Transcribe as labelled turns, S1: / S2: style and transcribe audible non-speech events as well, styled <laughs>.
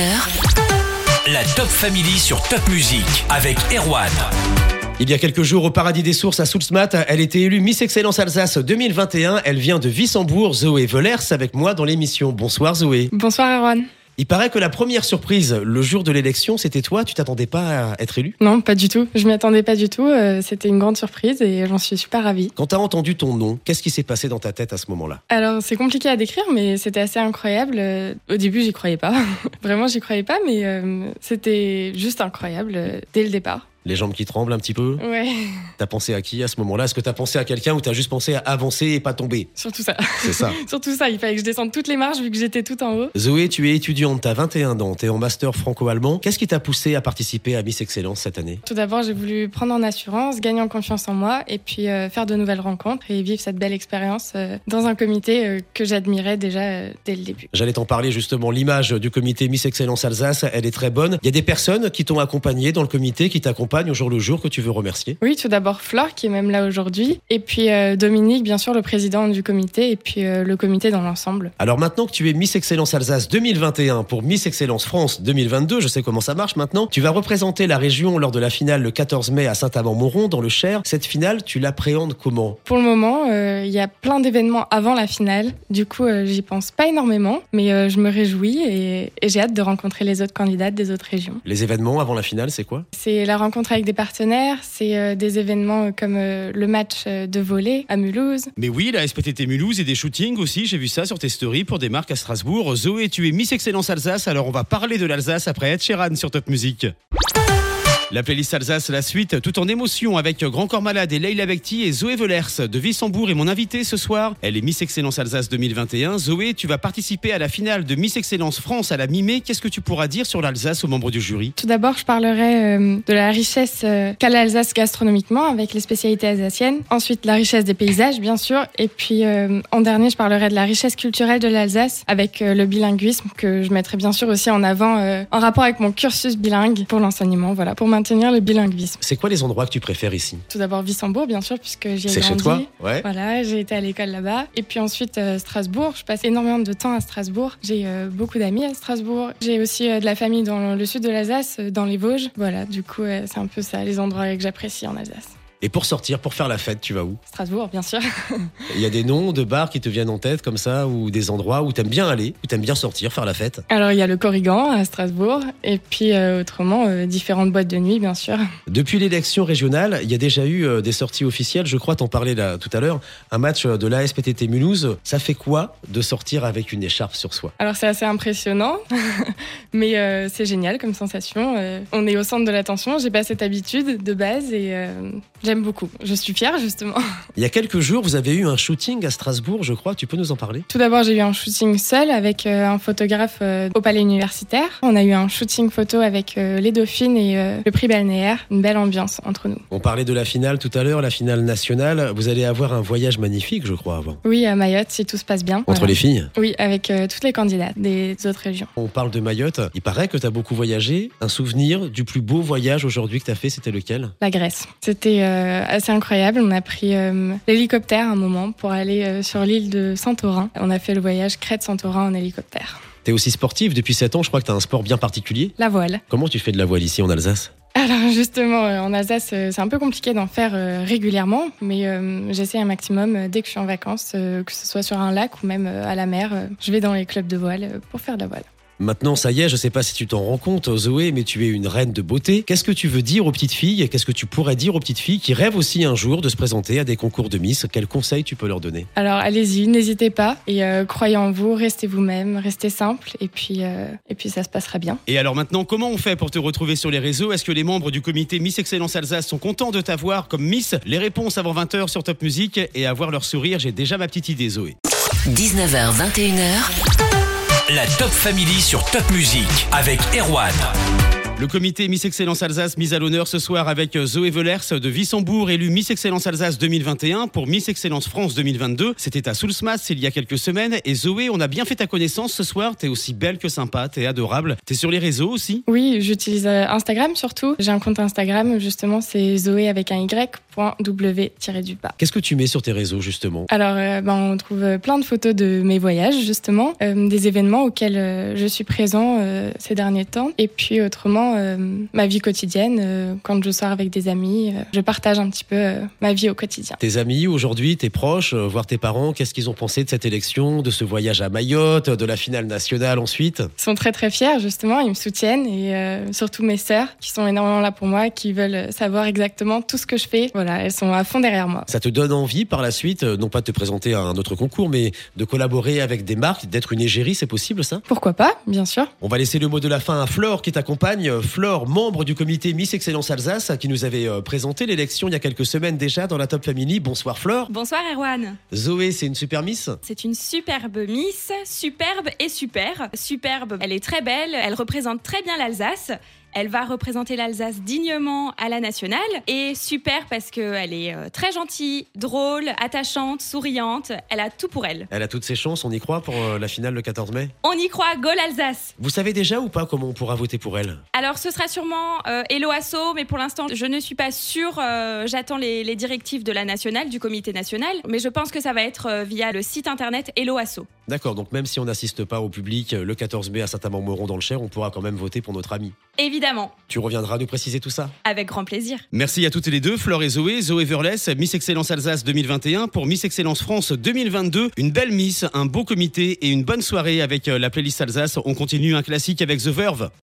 S1: 19h21h. La Top Family sur Top Music avec Erwan.
S2: Il y a quelques jours, au Paradis des Sources à Soulsmat, elle était élue Miss Excellence Alsace 2021. Elle vient de Vissembourg. Zoé Velers avec moi dans l'émission. Bonsoir Zoé.
S3: Bonsoir Erwan.
S2: Il paraît que la première surprise, le jour de l'élection, c'était toi. Tu t'attendais pas à être élu
S3: Non, pas du tout. Je m'y attendais pas du tout. Euh, C'était une grande surprise et j'en suis super ravie.
S2: Quand t'as entendu ton nom, qu'est-ce qui s'est passé dans ta tête à ce moment-là
S3: Alors, c'est compliqué à décrire, mais c'était assez incroyable. Euh, Au début, j'y croyais pas. <laughs> Vraiment, j'y croyais pas, mais euh, c'était juste incroyable euh, dès le départ.
S2: Les jambes qui tremblent un petit peu
S3: Ouais,
S2: T'as pensé à qui à ce moment-là Est-ce que t'as pensé à quelqu'un ou t'as juste pensé à avancer et pas tomber
S3: <laughs> surtout ça. <laughs>
S2: C'est ça.
S3: Surtout ça, il fallait que je descende toutes les marches vu que j'étais tout en haut.
S2: <laughs> Zoé, tu es étudiante, t'as 21 ans, t'es en master franco-allemand. Qu'est-ce qui t'a poussé à participer à Miss Excellence cette année
S3: Tout d'abord, j'ai voulu prendre en assurance, gagner en confiance en moi et puis euh, faire de nouvelles rencontres et vivre cette belle expérience euh, dans un comité euh, que j'admirais déjà euh, dès le début.
S2: J'allais t'en parler justement, l'image du comité Miss Excellence Alsace, elle est très bonne. Il y a des personnes qui t'ont accompagné dans le comité, qui t'accompagnent au jour le jour, que tu veux remercier.
S3: Oui, tout d'abord Flore qui est même là aujourd'hui, et puis euh, Dominique, bien sûr, le président du comité, et puis euh, le comité dans l'ensemble.
S2: Alors maintenant que tu es Miss Excellence Alsace 2021 pour Miss Excellence France 2022, je sais comment ça marche maintenant, tu vas représenter la région lors de la finale le 14 mai à Saint-Amand-Montrond dans le Cher. Cette finale, tu l'appréhendes comment
S3: Pour le moment, euh, il y a plein d'événements avant la finale, du coup, euh, j'y pense pas énormément, mais euh, je me réjouis et, et j'ai hâte de rencontrer les autres candidates des autres régions.
S2: Les événements avant la finale, c'est quoi
S3: C'est la rencontre avec des partenaires, c'est euh, des événements euh, comme euh, le match euh, de volley à Mulhouse,
S4: Mais oui, la SPTT Mulhouse et des shootings aussi, j'ai vu ça sur tes stories pour des marques à Strasbourg. Zoé, tu es Miss Excellence Alsace, alors on va parler de l'Alsace après Ed Sheeran sur Top Music. La playlist Alsace, la suite, tout en émotion avec Grand Corps Malade et Leila Bekti et Zoé Velers de Vissembourg est mon invitée ce soir. Elle est Miss Excellence Alsace 2021. Zoé, tu vas participer à la finale de Miss Excellence France à la mi-mai. Qu'est-ce que tu pourras dire sur l'Alsace aux membres du jury
S3: Tout d'abord, je parlerai euh, de la richesse euh, qu'a l'Alsace gastronomiquement avec les spécialités alsaciennes. Ensuite, la richesse des paysages, bien sûr. Et puis, euh, en dernier, je parlerai de la richesse culturelle de l'Alsace avec euh, le bilinguisme que je mettrai bien sûr aussi en avant euh, en rapport avec mon cursus bilingue pour l'enseignement, voilà, pour maintenir le bilinguisme.
S2: C'est quoi les endroits que tu préfères ici
S3: Tout d'abord, Vissembourg, bien sûr, puisque j'y ai
S2: C'est
S3: grandi.
S2: chez toi Ouais.
S3: Voilà, j'ai été à l'école là-bas. Et puis ensuite, euh, Strasbourg. Je passe énormément de temps à Strasbourg. J'ai euh, beaucoup d'amis à Strasbourg. J'ai aussi euh, de la famille dans le sud de l'Alsace, euh, dans les Vosges. Voilà, du coup, euh, c'est un peu ça, les endroits que j'apprécie en Alsace.
S2: Et pour sortir, pour faire la fête, tu vas où
S3: Strasbourg, bien sûr. <laughs>
S2: Il y a des noms de bars qui te viennent en tête comme ça, ou des endroits où t'aimes bien aller, où t'aimes bien sortir, faire la fête.
S3: Alors, il y a le Corrigan à Strasbourg. Et puis, euh, autrement, euh, différentes boîtes de nuit, bien sûr. <laughs>
S2: Depuis l'élection régionale, il y a déjà eu euh, des sorties officielles, je crois t'en parlais là tout à l'heure, un match euh, de l'ASPTT Mulhouse. Ça fait quoi de sortir avec une écharpe sur soi
S3: Alors, c'est assez impressionnant, <laughs> mais euh, c'est génial comme sensation. Euh, on est au centre de l'attention. J'ai pas cette habitude de base et euh, j'aime beaucoup. Je suis fière, justement.
S2: Il y a quelques jours, vous avez eu un shooting à Strasbourg, je crois, tu peux nous en parler
S3: Tout d'abord, j'ai eu un shooting seul avec euh, un photographe euh, au palais universitaire. On a eu un shooting photo avec euh, les dauphines et euh, le prix balnéaire. Une belle ambiance entre nous.
S2: On parlait de la finale tout à l'heure, la finale nationale. Vous allez avoir un voyage magnifique, je crois, avant.
S3: Oui, à Mayotte, si tout se passe bien.
S2: Entre les filles
S3: Oui, avec euh, toutes les candidates des autres régions.
S2: On parle de Mayotte. Il paraît que t'as beaucoup voyagé. Un souvenir du plus beau voyage aujourd'hui que t'as fait, c'était lequel
S3: La Grèce. C'était euh, assez incroyable. On a pris euh, l'hélicoptère un moment pour aller euh, sur l'île de Santorin. On a fait le voyage Crète-Santorin en hélicoptère.
S2: T'es aussi sportive depuis 7 ans, je crois que t'as un sport bien particulier.
S3: La voile.
S2: Comment tu fais de la voile ici en Alsace
S3: Alors justement, euh, en Alsace, euh, c'est un peu compliqué d'en faire euh, régulièrement, mais euh, j'essaie un maximum euh, dès que je suis en vacances, euh, que ce soit sur un lac ou même euh, à la mer. euh, Je vais dans les clubs de voile euh, pour faire de la voile.
S2: Maintenant, ça y est, je sais pas si tu t'en rends compte, Zoé, mais tu es une reine de beauté. Qu'est-ce que tu veux dire aux petites filles Qu'est-ce que tu pourrais dire aux petites filles qui rêvent aussi un jour de se présenter à des concours de Miss Quels conseils tu peux leur donner
S3: Alors allez-y, n'hésitez pas et euh, croyez en vous, restez vous-même, restez simple et puis euh, et puis ça se passera bien.
S4: Et alors maintenant, comment on fait pour te retrouver sur les réseaux Est-ce que les membres du comité Miss Excellence Alsace sont contents de t'avoir comme Miss Les réponses avant 20h sur Top Music et avoir leur sourire, j'ai déjà ma petite idée Zoé.
S1: 19h21h. La Top Family sur Top Music avec Erwan.
S4: Le comité Miss Excellence Alsace mise à l'honneur ce soir avec euh, Zoé Velers de Vissembourg, élue Miss Excellence Alsace 2021 pour Miss Excellence France 2022. C'était à Soulsmas il y a quelques semaines. Et Zoé, on a bien fait ta connaissance ce soir. T'es aussi belle que sympa, t'es adorable. T'es sur les réseaux aussi.
S3: Oui, j'utilise euh, Instagram surtout. J'ai un compte Instagram, justement, c'est Zoé avec un Y, point W tiré du bas.
S2: Qu'est-ce que tu mets sur tes réseaux justement
S3: Alors, euh, ben, on trouve euh, plein de photos de mes voyages, justement, euh, des événements auxquels euh, je suis présent euh, ces derniers temps. Et puis, autrement, euh, ma vie quotidienne, euh, quand je sors avec des amis, euh, je partage un petit peu euh, ma vie au quotidien.
S2: Tes amis aujourd'hui, tes proches, euh, voire tes parents, qu'est-ce qu'ils ont pensé de cette élection, de ce voyage à Mayotte, de la finale nationale ensuite
S3: Ils sont très très fiers justement, ils me soutiennent et euh, surtout mes sœurs qui sont énormément là pour moi, qui veulent euh, savoir exactement tout ce que je fais. Voilà, elles sont à fond derrière moi.
S2: Ça te donne envie par la suite, euh, non pas de te présenter à un autre concours, mais de collaborer avec des marques, d'être une égérie, c'est possible ça
S3: Pourquoi pas, bien sûr.
S2: On va laisser le mot de la fin à Flore qui t'accompagne. Euh, Flore, membre du comité Miss Excellence Alsace, qui nous avait euh, présenté l'élection il y a quelques semaines déjà dans la Top Family. Bonsoir Flore.
S5: Bonsoir Erwan.
S2: Zoé, c'est une super Miss
S5: C'est une superbe Miss, superbe et super. Superbe, elle est très belle, elle représente très bien l'Alsace. Elle va représenter l'Alsace dignement à la nationale et super parce qu'elle est euh, très gentille, drôle, attachante, souriante. Elle a tout pour elle.
S2: Elle a toutes ses chances, on y croit pour euh, la finale le 14 mai.
S5: On y croit, go l'Alsace.
S2: Vous savez déjà ou pas comment on pourra voter pour elle
S5: Alors ce sera sûrement euh, Hello Asso, mais pour l'instant je ne suis pas sûre. euh, J'attends les, les directives de la nationale, du comité national, mais je pense que ça va être euh, via le site internet Hello Asso.
S2: D'accord, donc même si on n'assiste pas au public euh, le 14 mai à Saint-Amand-Moron dans le Cher, on pourra quand même voter pour notre ami.
S5: Évidemment,
S2: Tu reviendras nous préciser tout ça
S5: avec grand plaisir.
S4: Merci à toutes les deux, Flore et Zoé, Zoé Verlès, Miss Excellence Alsace 2021 pour Miss Excellence France 2022. Une belle Miss, un beau comité et une bonne soirée avec euh, la playlist Alsace. On continue un classique avec The Verve.